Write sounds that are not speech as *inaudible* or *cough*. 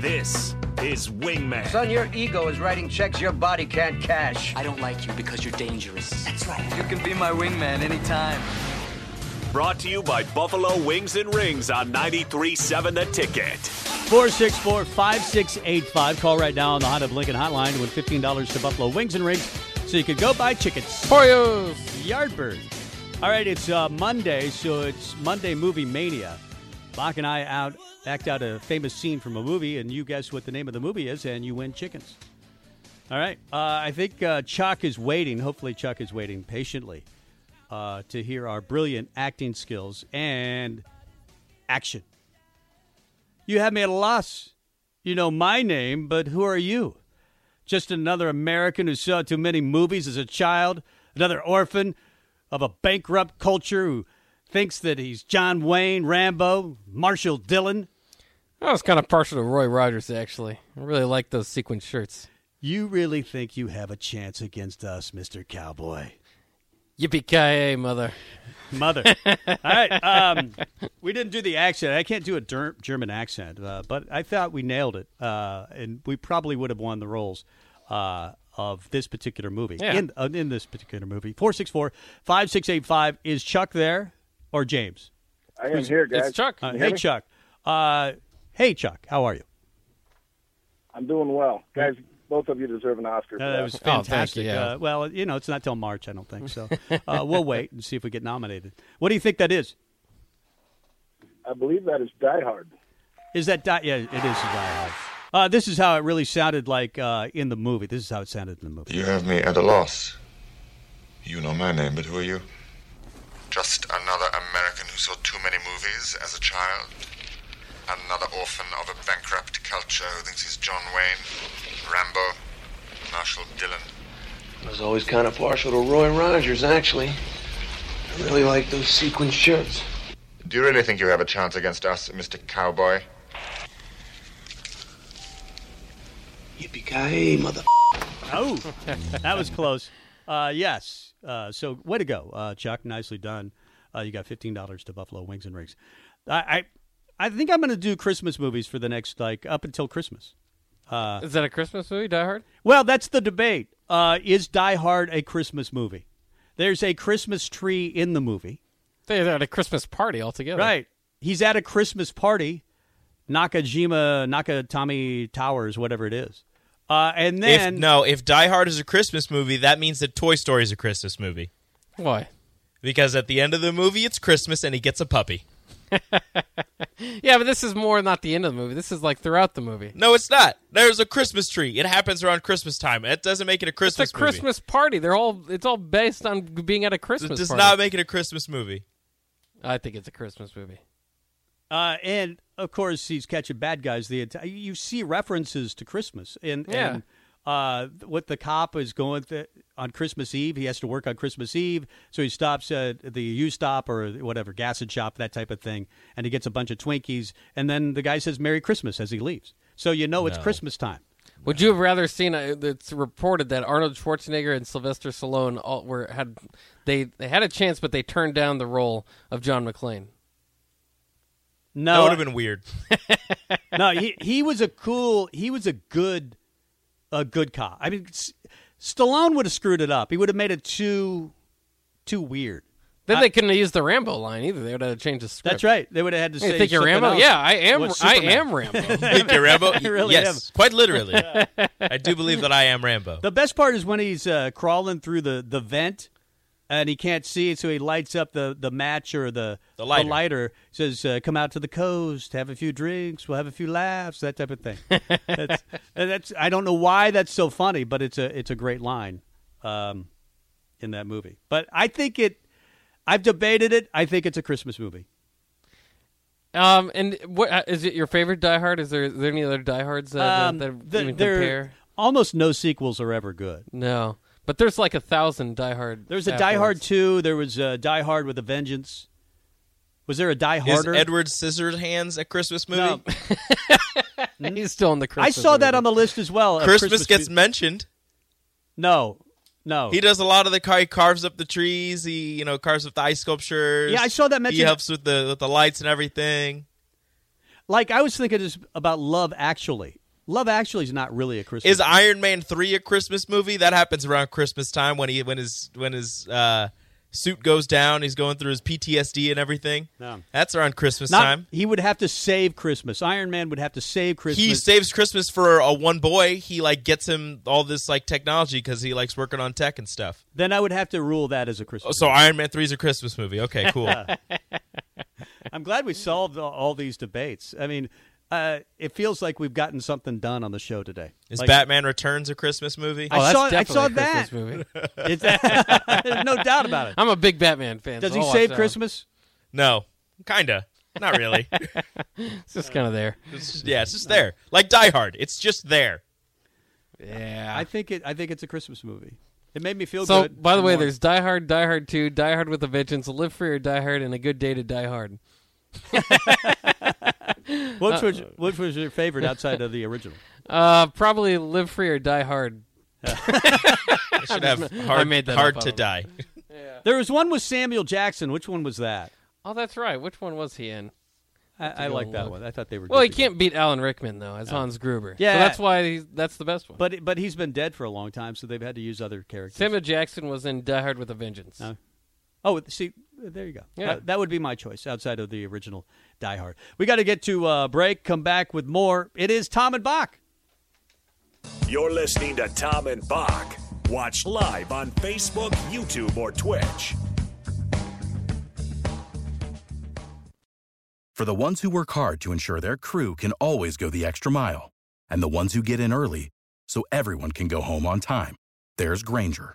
This is Wingman. Son, your ego is writing checks your body can't cash. I don't like you because you're dangerous. That's right. You can be my wingman anytime. Brought to you by Buffalo Wings and Rings on 93.7 The Ticket. 464 5685. Call right now on the Honda of Lincoln hotline to win $15 to Buffalo Wings and Rings so you can go buy chickens. For you. Yardbird. All right, it's uh, Monday, so it's Monday Movie Mania. Bach and I out act out a famous scene from a movie, and you guess what the name of the movie is, and you win chickens. All right. Uh, I think uh, Chuck is waiting. Hopefully, Chuck is waiting patiently uh, to hear our brilliant acting skills and action. You have me at a loss. You know my name, but who are you? Just another American who saw too many movies as a child, another orphan of a bankrupt culture who thinks that he's John Wayne, Rambo, Marshall Dillon. I was kind of partial to Roy Rogers, actually. I really like those sequin shirts. You really think you have a chance against us, Mr. Cowboy? Yippee ki mother! *laughs* Mother. All right. Um, we didn't do the accent. I can't do a der- German accent, uh, but I thought we nailed it. Uh, and we probably would have won the roles uh, of this particular movie. Yeah. In, uh, in this particular movie. 464 5685. Is Chuck there or James? I am here, guys. It's Chuck. Uh-huh. Uh, hey, Chuck. Uh, hey, Chuck. How are you? I'm doing well, guys. Both of you deserve an Oscar. for Uh, that was Oh, thank fantastic. you, yeah. uh, well, you know, it's not till March, I don't think. So uh, we'll wait and see if we get nominated. What do you think that is? I believe that is Die Hard. Is that di- yeah? It is Die Hard. Uh, this is how it really sounded like uh, in the movie. This is how it sounded in the movie. You have me at a loss. You know my name, but who are you? Just another American who saw too many movies as a child. Another orphan of a bankrupt culture who thinks he's John Wayne, Rambo, Marshall Dillon. I was always kind of partial to Roy Rogers, actually. I really like those sequin shirts. Do you really think you have a chance against us, Mr. Cowboy? Yippee-ki-yay, mother. Oh, that was close. Uh, yes. Uh, so way to go, uh, Chuck. Nicely done. Uh, you got fifteen dollars to Buffalo Wings and Rings. I, I, I think I'm going to do Christmas movies for the next like up until Christmas. Is that a Christmas movie, Die Hard? Well, that's the debate. Uh, is Die Hard a Christmas movie? There's a Christmas tree in the movie. They're at a Christmas party altogether. Right. He's at a Christmas party, Nakajima, Nakatomi Towers, whatever it is. Uh, and then if no, if Die Hard is a Christmas movie, that means that Toy Story is a Christmas movie Why? because at the end of the movie, it's Christmas and he gets a puppy. Yeah, but this is more not the end of the movie. This is like throughout the movie. No, it's not. There's a Christmas tree. It happens around Christmas time. It doesn't make it a It's a Christmas. movie. Christmas party. They're all. It's all based on being at a It Christmas does party. not make it a Christmas movie. I think it's a Christmas movie. uh, and of course he's catching bad guys. The enti- you see references to Christmas and Yeah. and uh, what the cop is going th- on Christmas Eve. He has to work on Christmas Eve, so he stops at the U stop or whatever gas and shop that type of thing, and he gets a bunch of Twinkies. And then the guy says "Merry Christmas" as he leaves, so you know it's Christmas time. Would you have rather seen? A, it's reported that Arnold Schwarzenegger and Sylvester Stallone all were had they they had a chance, but they turned down the role of John McClane. No, That would have been weird. *laughs* no, he he was a cool. He was a good, a good cop. I mean, S- Stallone would have screwed it up. He would have made it too, too weird. Then they couldn't have used the Rambo line either. They would have changed the script. That's right. They would have had to Hey, say, think you're something Rambo? else. *laughs* Yeah, I am. What, I Superman? *laughs* am Rambo. Think you're Rambo? really yes, quite literally. I do believe that I am Rambo. The best part is when he's uh, crawling through the the vent, and he can't see it, so he lights up the the match or the The lighter. Says, uh, "Come out to the coast, have a few drinks, we'll have a few laughs, that type of thing." that's, and that's I don't know why that's so funny, but it's a it's a great line um, in that movie. But I think it. I've debated it. I think it's a Christmas movie. Um, and what uh, is it? Your favorite Die Hard? Is there, is there any other Die Hards that, that- Um, that, the- even there- compare? Almost no sequels are ever good. No, but there's like a thousand Die Hard. There's a Die afterwards. Hard two. There was a Die Hard with a Vengeance. Was there a Die Is Harder? Edward Scissorhands a Christmas movie? No. He's still in the. I Christmas saw that movie. on the list as well. a Christmas, gets movie. mentioned. no, no. He does a lot of the car. He carves up the trees. He you know carves up the ice sculptures. Yeah, I saw that He mentioned. helps with the with the lights and everything. Like I was thinking is about Love Actually. Love Actually is not really a Christmas. Is Iron Man three a Christmas movie? That happens around Christmas time when he when his when his uh, suit goes down. He's going through his PTSD and everything. Yeah. That's around Christmas not, time. He would have to save Christmas. Iron Man would have to save Christmas. He saves Christmas for a one boy. He like gets him all this like technology because he likes working on tech and stuff. then I would have to rule that as a Oh, Christmas. so movie. Iron Man three is a Christmas movie. Okay, *laughs* cool. I'm glad we solved all- all these debates. I mean, uh, it feels like we've gotten something done on the show today. Is Like- Batman Returns a Christmas movie? I Oh, that's saw- I definitely saw a Christmas that. movie. It's, *laughs* no doubt about it. I'm a big Batman fan. Does so he I'll watch save that one. Christmas? No, kinda. Not *laughs* really. It's just kind of there. It's just- yeah, it's just there. Like Die Hard, it's just there. Yeah. I think it. I think it's a Christmas movie. It made me feel so, good. by the and way, warm. there's Die Hard, Die Hard 2, Die Hard with a Vengeance, Live Free or Die Hard, and A Good Day to Die Hard. which was which was your favorite outside of the *laughs* original? Uh, probably Live Free or Die Hard. It should have hard, made that hard up, I to die. There was one with Samuel Jackson. Which one was that? Oh, that's right. Which one was he in? I, I go like that look. one. I thought they were. Well, good he together. can't beat Alan Rickman though, as Hans Gruber. Oh. Yeah. so that's why he's, that's the best one. But but he's been dead for a long time, so they've had to use other characters. Samuel Jackson was in Die Hard with a Vengeance. Oh. Oh, see, there you go. Yeah. That, that would be my choice outside of the original Die Hard. We got to get to uh, break. Come back with more. It is Tom and Bach. You're listening to Tom and Bach. Watch live on Facebook, YouTube, or Twitch. For the ones who work hard to ensure their crew can always go the extra mile, and the ones who get in early so everyone can go home on time, there's Granger,